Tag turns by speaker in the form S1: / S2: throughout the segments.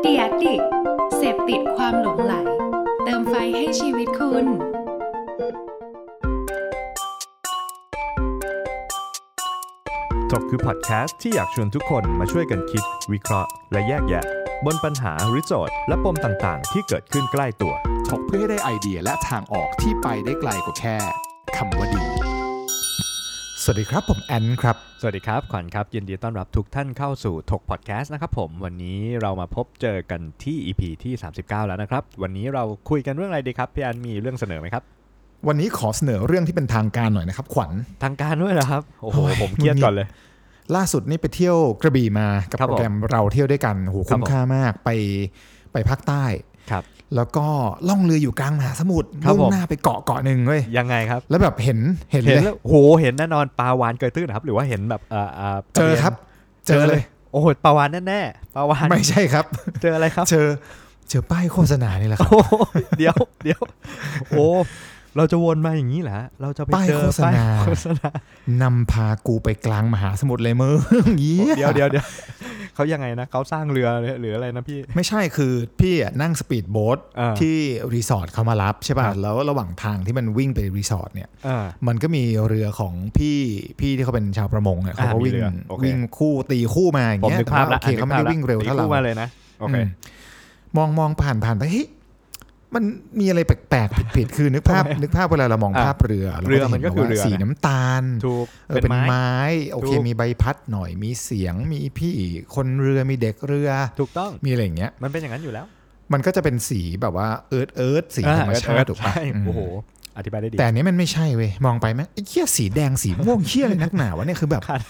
S1: เดียดดิกต์เสพติดความหลงไหล เติมไฟให้ชีวิตคุณ
S2: ถกคือพอดแคสต์ที่อยากชวนทุกคนมาช่วยกันคิด วิเคราะห์ และแยกแยะ บนปัญหาหรือโจทย์ และปมต่างๆ ที่เกิดขึ้นใกล้ตัว
S3: ถกเพื่อให้ได้ไอเดียและทางออกที่ไปได้ไกลกว่าแค่คำว่าดี
S4: สวัสดีครับ ผมแอนครับ
S2: สวัสดีครับ ขวัญครับ ยินดีต้อนรับทุกท่านเข้าสู่ถกพอดแคสต์นะครับผม วันนี้เรามาพบเจอกันที่ EP ที่ 39 แล้วนะครับ วันนี้เราคุยกันเรื่องอะไรดีครับ พี่อันมีเรื่องเสนอไหมครับ
S4: วันนี้ขอเสนอเรื่องที่เป็นทางการหน่อยนะครับ ขวัญ
S2: ทางการด้วยเหรอครับ โอ้โห
S4: โอ้ย
S2: ผมเครียดก่อนเลย
S4: ล่าสุดนี่ไปเที่ยวกระบี่มากับ
S2: ครับผม
S4: โปรแกรมเราเที่ยวด้วยกันโห
S2: ครับ
S4: คุ้มค่ามากไปไปภาคใต้
S2: ครับ
S4: แล้วก็ล่องเรืออยู่กลางมหาสมุทร
S2: ครับ
S4: มุ่ง
S2: ผม
S4: หน้าไปเกาะเกาะหนึ่งเว้ย
S2: ยังไงครับ
S4: แล้วแบบเห็นเห็น
S2: เห็น
S4: เลย
S2: แล้วโอ้โห เห็นแน่นอนปลาวานเกยตื้นเหรอครับ หรือว่าเห็นแบบเอ่ออ่า
S4: เจอครับ เจอเลย
S2: โอ้โห ปลาวานแน่ๆ ปลาวาน
S4: ไม่ใช่ครับ
S2: เจออะไรครับ
S4: เจอเจอป้ายโฆษณานี่แหละครับ
S2: โอ้โหเดี๋ยวเดี๋ยวโอ้เราจะวนมาอย่างนี้เหรอฮะเราจะไป
S4: ป้าย
S2: เจอ
S4: โฆษณา
S2: ป้ยโฆษณาน
S4: ำพากูไปกลางมหาสมุทรเลยมึง เงี้
S2: เดี๋ยวเดี๋ยวเดี๋ยวเขายังไงนะเขาสร้างเรือหรืออะไรนะพี่
S4: ไม่ใช่คือพี่อะนั่งสปีดโบ๊ท
S2: อ่า
S4: ที่รีสอร์ทเขามารับใช่
S2: ค
S4: ป่ะ
S2: รับ
S4: แล้วระหว่างทางที่มันวิ่งไปรีสอร์ทเนี่ย
S2: อ่า
S4: มันก็มีเรือของพี่พี่ที่เขาเป็นชาวประมงเนี่ย
S2: อ่า
S4: เขาก็วิ่ง
S2: มีเรือโอเค
S4: วิ่งคู่ตีคู่มาอย่าง
S2: ผม
S4: เงี้ย
S2: นึก
S4: แต่
S2: ภาพ
S4: ว่า
S2: ละ
S4: โอเคเขาไม่ได้วิ่งเร็วเท่า
S2: ตี
S4: เรา
S2: คู่มาเลยนะโอเค
S4: มมองมองผ่านผ่านไปเฮ้ยมันมีอะไรแปลกๆผิดๆคือนึกภาพ
S2: ทำไม
S4: นึกภาพเวลาเรามอง
S2: อ่ะ
S4: ภาพเรือ
S2: เรือ
S4: ราจะ
S2: มันก็คือเรือนะ
S4: สีน้ำตาล
S2: ถูก
S4: เออ
S2: เป็น
S4: เป็น
S2: ไม้
S4: ไม้โอเค
S2: ถูก
S4: มีใบพัดหน่อยมีเสียงมีพี่คนเรือมีเด็กเรือ
S2: ถูกต้อง
S4: มีอะไรอย่างเงี้ย
S2: มันเป็นอย่างนั้นอยู่แล้ว
S4: มันก็จะเป็นสีแบบว่าเอิร์ธเอิร์ธสีธรรมชาติถูกปะ
S2: ใช่
S4: ม
S2: โอ้โหอธิบายได้ดี
S4: แต่อันนี้มันไม่ใช่เว้ยมองไปไหมไอ้เขี้ยสีแดงสีม่วงเขี้ยอะไรนักหนาวะเนี่ยคือแบบ
S2: ครับ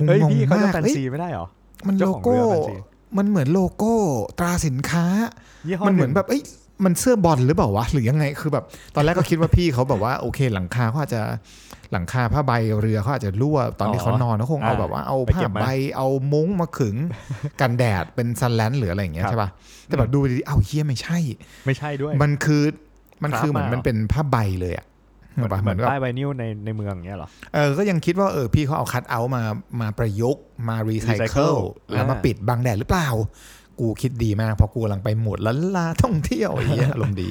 S4: กู
S2: เฮ้ย
S4: งง
S2: พี่เขาจะ
S4: มาก
S2: แฟน
S4: เอ้ย
S2: ซีไม่ได้เหรอ
S4: มัน
S2: เจ้า
S4: โล
S2: ของเรือ
S4: โก้
S2: แฟนซี
S4: มันเหมือนโลโก้ตราสินค้า
S2: ยี่ห้อ
S4: มันเหมือน
S2: ง
S4: แบบเอ้ยมันเสื้อบอลหรือเปล่าวะหรือยังไงคือแบบ ตอนแรกก็คิดว่าพี่เขาแบบว่าโอเคหลังคาเขาอาจจะหลังคาผ้าใบเรือเขาอาจจะรั่วตอนที่เขานอนเขาคงเอาแบบว่าเอาผ้าใบเอามุ้งมาขึงกันแดดเป็นซันแลนหรืออะไรอย่างเงี้ยใช่ป่ะแต่แบบดูดีๆเอ้าเฮียไม่ใช่
S2: ไม่ใช่ด้วย
S4: มันคือมันคือ
S2: ค
S4: เห
S2: ราฟมาเหรอ
S4: มือนมันเป็นผ้าใบเลยอะ
S2: เหมือน
S4: แบบ
S2: เห
S4: เห
S2: มือ
S4: มือน นแบบ
S2: ป้ายไวนิลในในเมืองอย่างเงี้ยเหรอ
S4: เออก็ยังคิดว่าเออพี่เขาเอาคัตเอาท์มามาประยุกต์มารีไซเคิล
S2: recycle
S4: แล้วมา
S2: อ่า
S4: ปิดบังแดดหรือเปล่า กูคิดดีมากเพอกูกำลังไปหมดล้านลาท่องเที่ยวไอเหี้ย อารมณ์ดี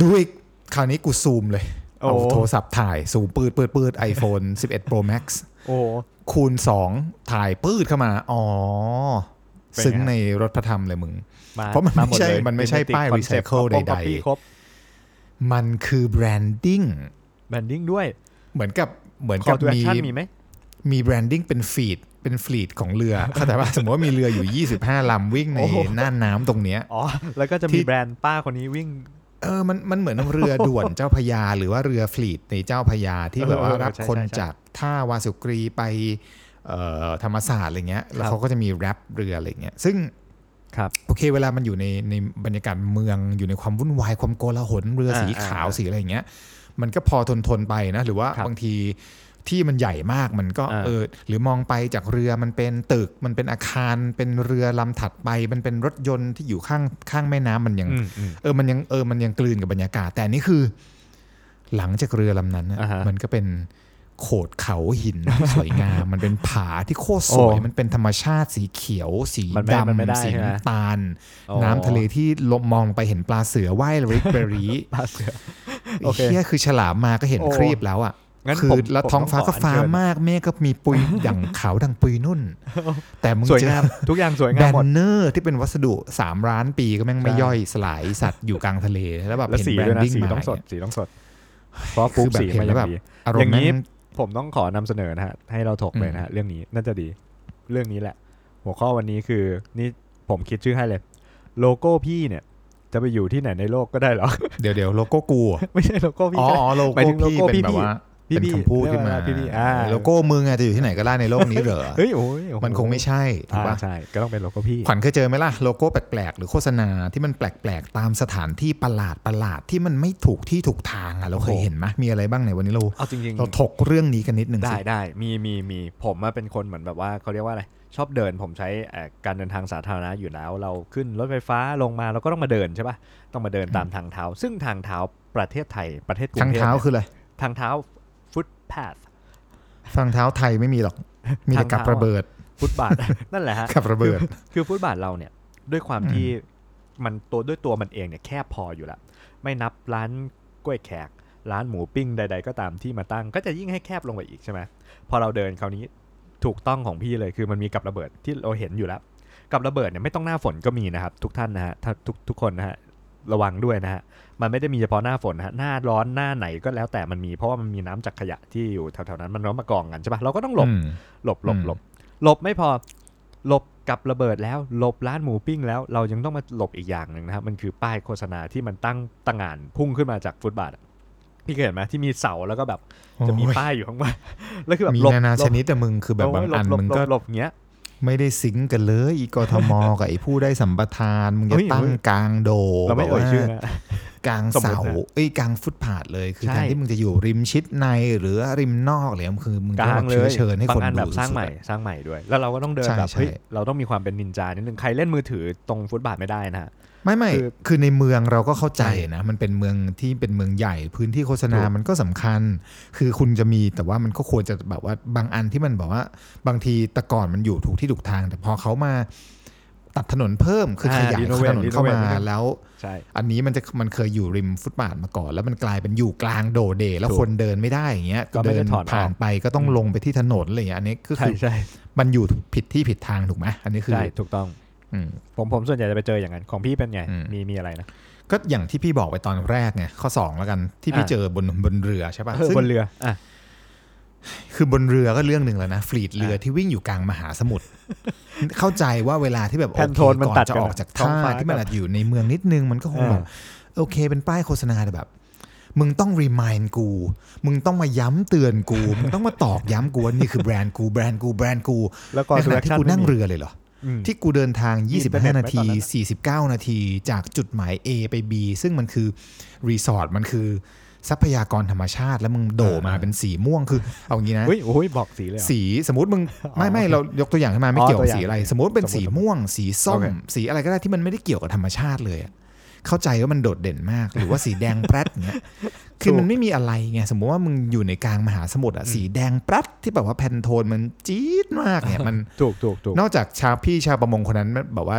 S4: ดูอีกคราวนี้กูซูมเลย เอาโทรศัพท์ถ่ายซูมปืดปืดปืด iPhone 11 Pro Max
S2: โอ้โห
S4: คูณ 2 ถ่ายปืดเข้ามา อ๋อ
S2: เป็นไง
S4: ซึ้งในรถพระธรรมเลยมึง
S2: มา
S4: เพราะมันไม่
S2: หด
S4: ใช่
S2: เลย
S4: มันไม่ใช่
S2: Thematic
S4: ป้าย
S2: concept
S4: recycle
S2: ครบคร
S4: ใดๆ
S2: บครบ
S4: มันคือแบรนดิ้ง
S2: แบรนดิ้งด้วย
S4: เหมือนกับเหมือน
S2: คอ
S4: กับ
S2: ตูแอค
S4: มี
S2: ชั่นมีไหม
S4: มีแบรนดิ้งเป็นฟีดเป็นฟลีดของเรือ เข้าใจป่ะสมมติว่ามีเรืออยู่ 25 ลำวิ่งใน
S2: โอ้โห
S4: น่านน้ำตรงเนี้ย
S2: อ๋อ แล้วก็จะ
S4: ที่
S2: มีแบรนด์ป้าคนนี้วิ่ง
S4: เออมันมันเหมือนเรือด่วนเจ้าพระยา หรือว่าเรือฟลีดในเจ้าพระยาที่
S2: เออ
S4: แบบว่า
S2: เออ
S4: รับ
S2: ใช่
S4: คน
S2: ใช่ใช่
S4: จากท่าวาสุกรีไปเอ่อธรรมศาสตร์อะไรเงี้ย แล้
S2: ค
S4: ว
S2: รับ
S4: เขาก็จะมีแรปเรืออะไรเงี้ยซึ่ง
S2: ครับ
S4: โอเคเวลามันอยู่ในในบรรยากาศเมืองอยู่ในความวุ่นวายความโกลาหลเรือสีขาวสีอะไรเงี้ย มันก็พอทนทนๆไปนะ หรือว่า
S2: ครับ
S4: บางทีที่มันใหญ่มากมันก็
S2: อ่า
S4: เออหรือมองไปจากเรือมันเป็นตึก มันเป็นอาคาร เป็นเรือลำถัดไป มันเป็นรถยนต์ที่อยู่ข้างข้างแม่น้ำมันยัง
S2: อืมอืม
S4: เออ มันยังเออ มันยังกลืนกับบรรยากาศ แต่อันนี่คือ หลังจากเรือลำนั้นน่ะ
S2: อ่าฮะ
S4: มันก็เป็นโขดเขาหินที่สวยงาม มันเป็นผาที่โคตรสวย
S2: โอ้
S4: มันเป็นธรรมชาติสีเขียว สี
S2: มันไม่มันไม่ได้
S4: ดำสี
S2: ใช่ไหม
S4: น้ำตาล
S2: อ๋อ
S4: น้ำทะเลที่ลมมองไปเห็นปลาเสือว่ายริกเบอรี่
S2: ปลาเสือ โอ
S4: ไอ้
S2: เค
S4: เฮียคือฉลามมาก็เห็น
S2: โอ้
S4: ครีบแล้วอ่ะ
S2: งั้น
S4: คื
S2: ผม
S4: แล้ว
S2: ผม
S4: ท้องฟ้า
S2: ต้
S4: ก็
S2: องขอ
S4: ฟ้า
S2: อัญเชิญ
S4: มากเมฆก็มีปุย อย่างขาวดังปุย นุ่น แต่มึง
S2: สวย
S4: เจ
S2: งา
S4: อ
S2: มทุกอย่างสวย
S4: แบ
S2: งามหมด
S4: นเนอร์ที่เป็นวัสดุสามร้านปีก็แม่งไม่
S2: ใช่
S4: ย่อยสลายสัตว์อยู่กลางทะเลแล้วแบบ
S2: และ
S4: เห็น
S2: สี
S4: แบร
S2: ด้วย
S4: น
S2: นะ
S4: ดิ้ง
S2: สี
S4: มา
S2: ต้องสด
S4: เนี่ย
S2: สีต้องสด เพราะปุ๊บ
S4: คือแบบ
S2: สี
S4: เห็น
S2: มัน
S4: แล้ว
S2: แบ
S4: แบบ บอาร
S2: อ
S4: ม
S2: ย่าง
S4: ณ์
S2: นี้
S4: นั้น
S2: ผมต้องขอนำเสนอนะฮะ ให้เราถกเลยนะฮะ เรื่องนี้น่าจะดี เรื่องนี้แหละ หัวข้อวันนี้คือ นี่ผมคิดชื่อให้เลย โลโก้พี่เนี่ย จะไปอยู่ที่ไหนในโลกก็ได้เหรอ
S4: เดี๋ยวเดี๋ยวโลโก้กูอะ
S2: ไม่ใช่โลโก้พี่
S4: อ๋อ
S2: ก็ได้
S4: อ๋อโล
S2: หมาย
S4: โก้
S2: ถึงโล
S4: พี่
S2: โก้
S4: เป็นแบ
S2: พี่
S4: บว่า
S2: พี่
S4: เป็นคำพูด
S2: พี่
S4: ขึ้นมา
S2: พี่พี่อ่า
S4: โลโก้มึงอะจะอยู่ที่ไหนก็ได้ในโลกนี้เหรอ
S2: เฮ้ยโอ้ยโอ้โห
S4: มันคงไม่ใช่ถูก
S2: อ่า
S4: ปะ
S2: ใช่ก็ต้องเป็นโลโก้พี่
S4: ขวัญเคยเจอไหมล่ะ โลโก้แปลกๆ หรือโฆษณาที่มันแปลกๆ ตามสถานที่ประหลาดประหลาดๆที่มันไม่ถูกที่ถูกทางอ่ะเราเคย
S2: โอ้โห
S4: เห็นไหมมีอะไรบ้างในยวันนี้เรา
S2: เอาจริงๆ
S4: เราถกเรื่องนี้กันนิดหนึ่ง
S2: ได้
S4: สิ
S2: ได้มีมีมีผมมาเป็นคนเหมือนแบบว่าเขาเรียกว่าอะไรชอบเดินผมใช้เอ่อการเดินทางสาธารณะอยู่แล้ว เราขึ้นรถไฟฟ้าลงมาเราก็ต้องมาเดินใช่ปะต้องมาเดินตามทางเท้า ซึ่งทางเท้าประเทศไทยประเทศกรุ
S4: ทาง
S2: งเทพ
S4: เท้าคืออะไร
S2: ทางเท้าฟุตพาธ
S4: ทางเท้าไทยไม่มีหรอก มีแต่
S2: ทาง
S4: กับ
S2: เท้า
S4: ระเบิด
S2: ฟุตบาท นั่นแหละฮะ
S4: กับระเบิด
S2: คือ ฟุตบาทเราเนี่ยด้วยความ
S4: อืม
S2: ที่มันตัวด้วยตัวมันเองเนี่ยแคบพออยู่แล้วไม่นับร้านกล้วยแขก ร้านหมูปิ้งใด ๆ ก็ตามที่มาตั้ง ก็จะยิ่งให้แคบลงไปอีกใช่ไหมพอเราเดินคราวนี้ถูกต้องของพี่เลยคือมันมีกับระเบิดที่เราเห็นอยู่แล้ว กับระเบิดเนี่ยไม่ต้องหน้าฝนก็มีนะครับ ทุกท่านนะฮะถ้าทุกทุกคนนะฮะระวังด้วยนะฮะมันไม่ได้มีเฉพาะหน้าฝนนะฮะหน้าร้อนหน้าไหนก็แล้วแต่มันมีเพราะว่ามันมีน้ำจากขยะที่อยู่แถวๆนั้นมันร้อนมากองกันใช่ปะเราก็ต้องหลบ
S4: อืม
S2: หลบหลบ
S4: อืม
S2: หลบหลบไม่พอหลบกับระเบิดแล้วหลบร้านหมูปิ้งแล้วเรายังต้องมาหลบอีกอย่างหนึ่งนะครับมันคือป้ายโฆษณาที่มันตั้งตั้งงานพุ่งขึ้นมาจากฟุตบาทอะพี่เคยเห็นไหมที่มีเสาแล้วก็แบบจะมี
S4: โอ้ย
S2: ป้ายอยู่ข้างบน แล้วคือแบบ
S4: มี
S2: หลบ
S4: นานา
S2: หล
S4: ชนิดแต่มึงคือแบบ
S2: โย
S4: บางอัน
S2: หล
S4: มึง
S2: หลบ
S4: ก็
S2: หลบอย่างเงี้ย
S4: ไม่ได้ซิงก์กันเลยอีกทม กับไอ้ผู้ได้สัมปทานมึง
S2: เฮ้
S4: จะ
S2: ย
S4: ตั้
S2: เฮ้
S4: ง
S2: ย
S4: กลางโด
S2: เราไม่เอ่ย
S4: แบบว่
S2: ชื่อนะ
S4: กลาง
S2: สมมุ
S4: เสา
S2: ตินะ
S4: เอ้ยกลางฟุตพาดเลยคือ
S2: ใช่
S4: การที่มึงจะอยู่ริมชิดในหรือริมนอกเลยมันคือมึง
S2: ก
S4: ก็
S2: ลา
S4: แบ
S2: ง
S4: บ
S2: เล
S4: เชื้อย เชิญให้
S2: บา
S4: คน
S2: งอัน
S4: ดู
S2: แบบสร้างใหม่
S4: สุดๆอะ
S2: สร้างใหม่ด้วย แล้วเราก็ต้องเดิน
S4: ใช่
S2: แบบเฮ้ย
S4: ใช่
S2: เราต้องมีความเป็นนินจานิดนึงใครเล่นมือถือตรงฟุตบาทไม่ได้นะฮะ
S4: ไม่ไม่
S2: คือ
S4: คือในเมืองเราก็เข้าใจ
S2: ใช่
S4: นะ มันเป็นเมืองที่เป็นเมืองใหญ่พื้นที่โฆษณา
S2: ถูก
S4: มันก็สำคัญ คือคุณจะมีแต่ว่ามันก็ควรจะแบบว่าบางอันที่มันแบบว่า บางทีแต่ก่อนมันอยู่ถูกที่ถูกทาง แต่พอเขามาตัดถนนเพิ่มคืออาขยาย
S2: renovate
S4: ถนนเข้ามา
S2: renovate
S4: แล้ว
S2: ใช่
S4: อันนี้มันจะมันเคยอยู่ริมฟุตบาทมาก่อน แล้วมันกลายเป็นอยู่กลางโดเดย์แล้ว
S2: ถูก
S4: คนเดินไม่ได้อย่างเงี้ย
S2: ก็ไม่ได้
S4: เดิน
S2: ถอนออก
S4: ผ่านไปก็ต้องลงไปที่ถนนอะไรอย่างเงี้ยอันนี้ก็
S2: ใช่
S4: คือ
S2: ใช่
S4: มันอยู่ผิดที่ผิดทางถูกไหมอันนี้คือ
S2: ใช่ถูกต้อง
S4: อืม
S2: ผมผมส่วนใหญ่จะไปเจออย่างนั้นของพี่เป็นไง
S4: อืม
S2: มีมีอะไรนะ
S4: ก็อย่างที่พี่บอกไปตอนแรกไงข้อ 2 แล้วกันที่พี่
S2: อ่ะ
S4: เจอบนบนเรือใช่ปะ
S2: เออ
S4: ซึ่ง
S2: บนเรืออ่ะ
S4: คือบนเรือก็เรื่องหนึ่งแล้วนะฟลีดเรือ
S2: เออ
S4: ที่วิ่งอยู่กลางมหาสมุทร เข้าใจว่าเวลาที่แบบ
S2: แพ
S4: โอน เค
S2: โทนมัน
S4: ก่อ
S2: ตัด
S4: นจะ
S2: กัน
S4: ออกจาก
S2: ท้อง
S4: ท่า
S2: ฟ้า
S4: ที่มันอาจอยู่ในเมืองนิดนึงมันก็ค
S2: เอ
S4: ง
S2: อ
S4: แบบโอเคเป็นป้ายโฆษณาแต่แบบ มึงต้องรีมายกู มึงต้องมาย้ำเตือนกู มึงต้องมาตอกย้ำกูว่านี่คือแบรนด์กูแบรนด์กูแบรนด์กู
S2: แล้วก็
S4: ในขณะที่กูนั่ง
S2: ไม่มี
S4: เรือเลยเหรอ
S2: อืม
S4: ที่กูเดินทาง
S2: มีอินเทอร์เน็ตไห
S4: 25
S2: ม
S4: นา
S2: ต
S4: ที
S2: อนนั้
S4: 49 นาที จากจุดหมาย A ไป B ซึ่งมันคือ รีสอร์ท มันคือทรัพยากรธรรมชาติ แล้วมึงโดมาเป็นสีม่วง คือ เอางี้นะ
S2: เฮ้ยโอ้ยบอกสีเลยเหรอ
S4: สีสมมติมึง ไม่ไม่
S2: โอเค
S4: เรายกตัวอย่างขึ้นมาไม่
S2: อ๋อ
S4: เกี่ยวกับ
S2: ตัวอย่าง
S4: สีอะไร สมมติเป็นสี
S2: สมมุติ
S4: ม่วง สีส้ม
S2: โอเค
S4: สีอะไรก็ได้ที่มันไม่ได้เกี่ยวกับธรรมชาติเลยอะเข้าใจว่ามันโดดเด่นมาก หรือว่าสีแดงแปรดเงี้ย คือมันไม่มีอะไรไง สมมติว่ามึงอยู่ในกลางมหาสมุทรอะสีแดงแปรดที่แบบว่าแพนโทนมันจี๊ดมากเนี่ยมัน
S2: ถูกถูกถูก
S4: นอกจากชาวพี่ชาวประมงคนนั้นแบบว่า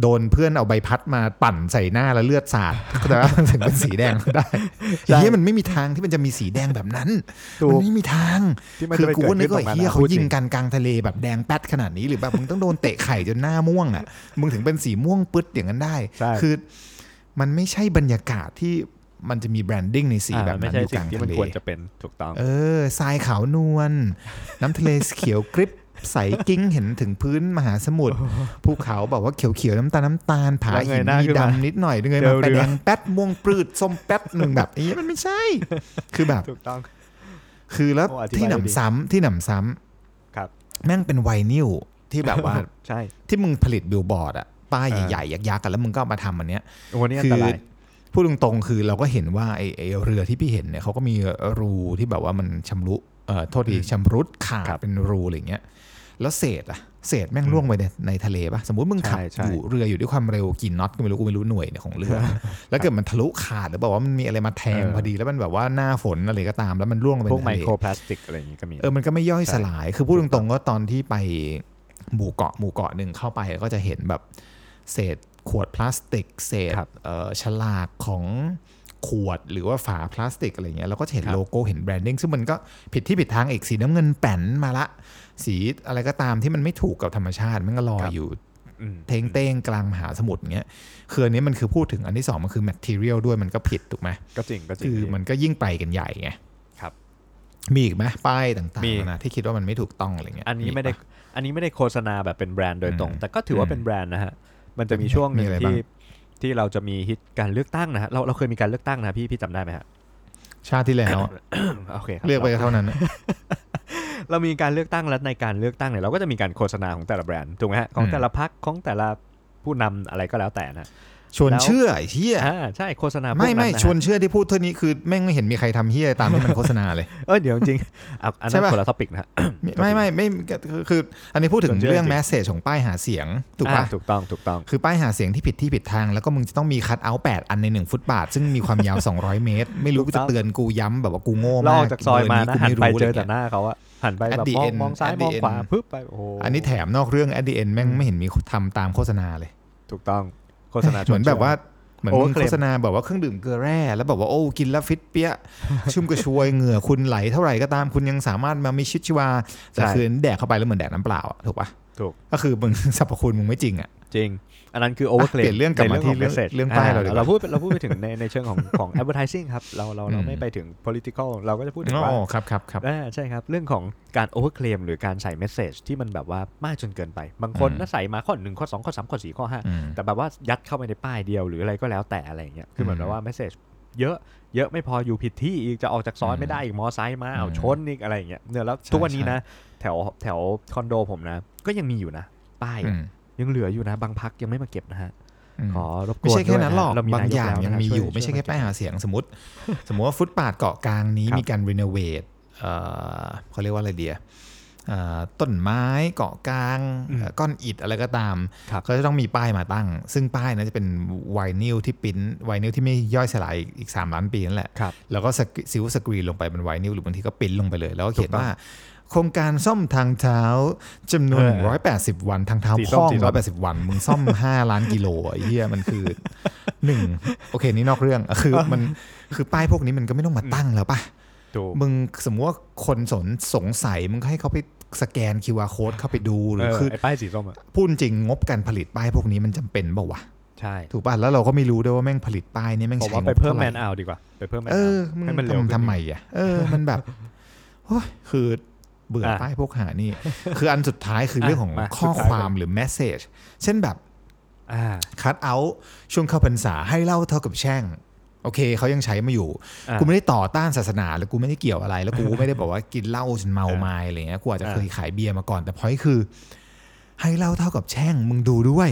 S4: โดนเพื่อนเอาใบพัดมาปั่นใส่หน้าแล้วเลือดสาด แต่ว่ามันถึงเป็นสีแดงได้
S2: ใช่
S4: เฮียมันไม่มีทางที่มันจะมีสีแดงแบบนั้น
S2: ถู
S4: มัน
S2: ก
S4: ไม่มีทาง
S2: ที่มัน
S4: คื
S2: จะ
S4: อ
S2: ไป
S4: กู
S2: เกิด
S4: ว่านึ
S2: ขึ้
S4: ก
S2: นอ
S4: ว่า
S2: อกมา
S4: เฮีย
S2: นะ
S4: เขา
S2: พูดจ
S4: ยิ
S2: ริ
S4: ง
S2: ง
S4: กันกลางทะเลแบบแดงแป๊ดขนาดนี้หรือแบบมึงต้องโดนเตะไข่จนหน้าม่วงอ่ะมึงถึงเป็นสีม่วงปึ๊ดอย่างนั้นได้
S2: ใช่
S4: คือมันไม่ใช่บรรยากาศที่มันจะมีแบรนดิ้งในสี
S2: า
S4: แบบ
S2: ไม่
S4: นั้
S2: ใช่
S4: นอยู่ก
S2: สิ่
S4: ลาง ง
S2: ที่
S4: ทะ
S2: มัน
S4: เล
S2: ควรจะเป็นถูกต้อง
S4: เออทรายขาวนวล น้ำทะเลเขียวกริบใสกิ้งเห็นถึงพื้นมหาส มุทรภูเขาแบบว่าเขียวๆน้ำตาลน้ำตาลผา
S2: แล้วเง
S4: หิ
S2: ย
S4: น
S2: หน้า
S4: มี
S2: ขึ้นมา
S4: ดำนิดหน่อยเงย
S2: เจ
S4: มา
S2: อ
S4: ไป
S2: เรือ
S4: แดงแป๊ดม่วงปลืดส้มแป๊ดหนึ่งแบบนี้มันไม่ใช่ คือแบบ
S2: ต้อง
S4: คือแล้ว
S2: โอ้อธิบาย
S4: ที่ห
S2: ได้ดี
S4: นำซ้ำที่หนำซ้ำ
S2: ครับ
S4: แม่งเป็นไวนิลที่แบบว่า
S2: ใช่
S4: ที่มึงผลิตบิลบอร์ดอะป้าย
S2: เออ
S4: ใหญ่ๆยักษ์ๆกันแล้วมึงก็เอามาทำอันเนี้ย
S2: โอ้โหนี่อัน
S4: คื
S2: ต
S4: อ
S2: ราย
S4: พูดตรงๆคือเราก็เห็นว่าไอ้ไอ้เรือที่พี่เห็นเนี่ยเขาก็มีรูที่แบบว่ามันชำรุเอ่อโทษที
S2: อืม
S4: ชำรุดขาด
S2: ครับ
S4: เป็นรูอะไรเงี้ยแล้วเศษอะเศษแม่ง
S2: อืม
S4: ล่วงไปในในทะเลปะสมมติมึงขับ
S2: ใช่ใช่
S4: อยู่เรืออยู่ด้วยความเร็วกี่น็อตก็ไม่รู้กูไม่รู้หน่วยเนี่ยของเรือ แล้วเกิดมันทะลุขาดหรือแบบว่ามันมีอะไรมาแทง
S2: เออ
S4: พอดีแล้วมันแบบว่าหน้าฝนอะไรก็ตามแล้วมันล่วงลงไป
S2: พวก
S4: ใน
S2: ไม
S4: ทะเล
S2: โครพลาสติกอะไรอย่างนี้ก็มี
S4: เออมันก็ไม่ย่อย
S2: ใช่
S4: สลาย คือพูดตรงๆก็ตอนที่ไปหมู่เกาะหมู่เกาะหนึ่งเข้าไปก็จะเห็นแบบ เศษขวดพลาสติก เศษ
S2: ครับ
S4: เอ่อฉลากของขวดหรือว่าฝาพลาสติกอะไรเงี้ยเราก็จะเห็น
S2: ครับ
S4: โลโก้เห็นแบรนดิ้งซึ่งมันก็ผิดที่ผิดทางอีกสีน้ำเงินแป้นมาละ สีอะไรก็ตามที่มันไม่ถูกกับธรรมชาติมันก็ลอย
S2: ครับ
S4: อยู่
S2: อืม
S4: เทงเต้งกลางมหาสมุทรเงี้ยคืออันนี้มันคือพูดถึงอันที่สองมันคือ material ด้วยมันก็ผิดถูกไหม
S2: ก็จริงก็จริง
S4: คือมันก็ยิ่งไปกันใหญ่ไง
S2: ครับ
S4: มีอีกไหมป้ายต่าง
S2: มี
S4: ๆนะที่คิดว่ามันไม่ถูกต้องอะไรเงี้ย
S2: อันนี้
S4: อีก
S2: ไม่ได้
S4: ปะ
S2: อันนี้ไม่ได้โฆษณาแบบเป็นแบรนด์โดยตรง
S4: อืม
S2: แต่ก็ถือว่าเป็นแบรนด์นะฮะ มันจะมีช่วงหนึ่
S4: มี
S2: ง
S4: อะไรบ้าง
S2: ที่ที่เราจะมีฮิตการเลือกตั้งนะฮะเราเราเคยมีการเลือกตั้งนะพี่พี่จำได้ไหมฮะ
S4: ชาติที่แล้วอะ
S2: โอเคครับ
S4: เลือกไปก็เท่านั้นอะ
S2: เรามีการเลือกตั้งและในการเลือกตั้งเนี่ยเราก็จะมีการโฆษณาของแต่ละแบรนด์ถูกไหมฮะของ
S4: อืม
S2: แต่ละพักของแต่ละผู้นำอะไรก็แล้วแต่นะ
S4: ชวนเชื่อไอ้เหี้ย
S2: อ่าใช่โฆษณาพวก
S4: ไม่ไม่
S2: ะฮะ
S4: ชวนเชื่อที่พูดเท่านี้คือแม่งไม่เห็นมีใครทำเฮียตามที่มันโฆษณาเลย
S2: เออเดี๋ยวจริงๆเอาอันนั้
S4: ใช่
S2: น
S4: ปะ
S2: คนละท็อปิกนะฮะ
S4: ไม่ไม่ไม่คือคืออันนี้พูดถึ
S2: ช
S4: ง
S2: วนเชื่อ
S4: เรื่อง
S2: จริง
S4: แมสเซจของป้ายหาเสียงถูก
S2: อ่า
S4: ปะ
S2: ถูกต้องถูกต้อง
S4: คือป้ายหาเสียงที่ผิดที่ผิดทาง แล้วก็มึงจะต้องมีคัทเอาท์แปดอันในหนึ่งฟุตบาท ซึ่งมีความยาว 200 เมตร ไม่รู้
S2: ถูก
S4: กู
S2: ต้
S4: จะ
S2: อง
S4: เตือนกูย้ำแบบว่ากูโง่
S2: เรา
S4: มา
S2: อก อกจากซอยมานะ
S4: เบอร์
S2: หันไป
S4: กูม่รู้
S2: เจอแต่
S4: ะร
S2: ห
S4: งี้ย
S2: น้าเขาอะ หันไป
S4: At
S2: แบบ
S4: the
S2: มอง
S4: end
S2: มองซ้าย
S4: At
S2: ม
S4: the
S2: องขวา
S4: end
S2: ปึ๊บไปโอ้โห
S4: อันนี้แถมนอกเรื่อง at the end แม่งไม่เห็นมีทำตามโฆษณาเลย
S2: ถูกต้องโฆษณาช
S4: เหมือน
S2: ชื่
S4: แบบว่าเหมือนมึง
S2: Overclaim
S4: โฆษณาแบบว่าเครื่องดื่มเกลือแร่แล้วแบบว่าโอ้กินแล้วฟิตเปี้ย ชุ่มกระชวยเหงื่อคุณไหลเท่าไหร่ก็ตามคุณยังสามารถมามีชิตชีวาแต่
S2: ใช่
S4: คือแดกเข้าไปแล้วเหมือนแดกน้ำเปล่าอะถูกปะ
S2: ถูก
S4: ก็คือมึง สรรพคุณมึงไม่จริงอ่ะ
S2: จริง อันนั้นคือ overclaim
S4: อ่ะเปลี่ยนเรื่องกลับมาที่
S2: ใน
S4: เรื่อ
S2: ข
S4: ง
S2: message
S4: เรื่องป้ายเราดีกว่า
S2: เราพูดเราพูดไปถึงในในเชิงของของ advertising ครับ เราเราเรา
S4: อืม
S2: ไม่ไปถึง political เราก็จะพูดถึงว่า
S4: อ๋อครับครับครับ
S2: อ่าใช่ครับ เรื่องของการ overclaim หรือการใส่ message ที่มันแบบว่ามากจนเกินไป บางคน
S4: อืม
S2: น่ะใส่มาข้อหนึ่งข้อสองข้อสามข้อสี่ข้อห้า
S4: อืม
S2: แต่แบบว่ายัดเข้าไปในป้ายเดียวหรืออะไรก็แล้วแต่อะไรอย่างเงี้ย คือเหมือน
S4: อืม
S2: แบบว่าเมสเซจเยอะ เยอะไม่พออยู่ผิดที่อีกจะออกจากซอยไม่ได้อีกมอไซค์มาเอา
S4: อืม
S2: ชนอีกอะไรอย่างเงี้ยเนี่ยแล้ว
S4: ใช่
S2: ทุกวันนี้นะ แถวแถวคอนโดผมนะ ก็ยังมีอยู่นะ ป้าย
S4: อื
S2: อะ
S4: ม
S2: ยังเหลืออยู่นะ บางพักยังไม่มาเก็บนะฮะ
S4: อืม
S2: ขอรบกวน
S4: ไม่ใช่แค่
S2: ด้วยะ
S4: นั้นหรอก
S2: เมี
S4: บาง
S2: นก
S4: อย่าง
S2: แล้ว
S4: ยัง
S2: นะฮะ
S4: มี
S2: ช่ว
S4: อยู่ไม่ใช่แค่
S2: ว
S4: ป้าย
S2: เก็บ
S4: หาเสียงสมมติ สมมติว่าฟุตปาดเกาะกลางนี้
S2: ครับ
S4: มีการรีโนเวทเอ่อเขาเรียกว่าอะไรเดียเอ่อต้นไม้เกาะกลางเอ่อก้อนอิฐอะไรก็ตาม
S2: ครับ
S4: ก็จะต้องมีป้ายมาตั้ง ซึ่งป้ายนั้นจะเป็นไวนิลที่ปริ้นไวนิลที่ไม่ย่อยสลายอีก 3 ล้านปีนั่นแหละ
S2: ครับ
S4: แล้วก็สกรีซิลสกรีนลงไปเป็นไวนิลหรือบางทีก็ปริ้นลงไปเลย แล้วก็เขียนว่า โครงการซ่อมทางเท้าจำนวน
S2: เออ
S4: 180 วันทางเท้า
S2: สี
S4: พ
S2: ส้ม
S4: ร่อง
S2: สีส้ม
S4: 180 วัน มึงซ่อม 5 ล้านกิโลอ่ะไอ้เฮียมันคือหนึ่งโอเค นี่นอกเรื่อง คือมันคือป้ายพวกนี้มันก็ไม่ต้องมาตั้งแล้วป่ะ
S2: ถูก
S4: มึงสมมติว่าคนสนสงสัย มึงก็ให้เขาไปสแกน QR code เข้าไปดูหรือ
S2: เออ
S4: คือ
S2: ไอ้ป้ายสีส้มอ่ะ
S4: พูดจริงงบการผลิตป้ายพวกนี้มันจำเป็นเปล่าวะ
S2: ใช่
S4: ถูกป่ะแล้วเราก็ไม่รู้ด้วยว่าแม่งผลิตป้ายนี่แม่ง
S2: ผม
S4: ใช้ง
S2: ว่า
S4: บ
S2: ไปเพิ่ม
S4: ท่า
S2: แม
S4: ไหร่
S2: นเอาดีกว่า ไปเพิ่มแมน
S4: เอ
S2: เอา
S4: อ มึง
S2: ให้มันเร็ว
S4: ทำ
S2: ขึ้น
S4: ทำไมอ่ะ เออ มันแบบ โอ้ยคือเบื่อ
S2: อ่ะ
S4: ป้ายพวกหานี่ คืออันสุดท้ายคือเรื่องของ
S2: อ่ะมา
S4: ข้อ
S2: สุดท้าย
S4: ความหรือแมสเซจ เช่นแบบ
S2: อ่า
S4: คัดเอาช่วงเข้าพรรษาให้เล่าเท่ากับแช่ง โอเค เขายังใช้มาอยู่
S2: อ่ะ
S4: กูไม่ได้ต่อต้านศาสนา แล้วกูไม่ได้เกี่ยวอะไร แล้วกูไม่ได้บอกว่ากินเหล้าจนเมาไม้อะไรเงี้ย กูอาจจะ
S2: อ่ะ
S4: เคยขายเบียร์มาก่อน แต่พอยคือ ให้เล่าเท่ากับแช่ง มึงดูด้วย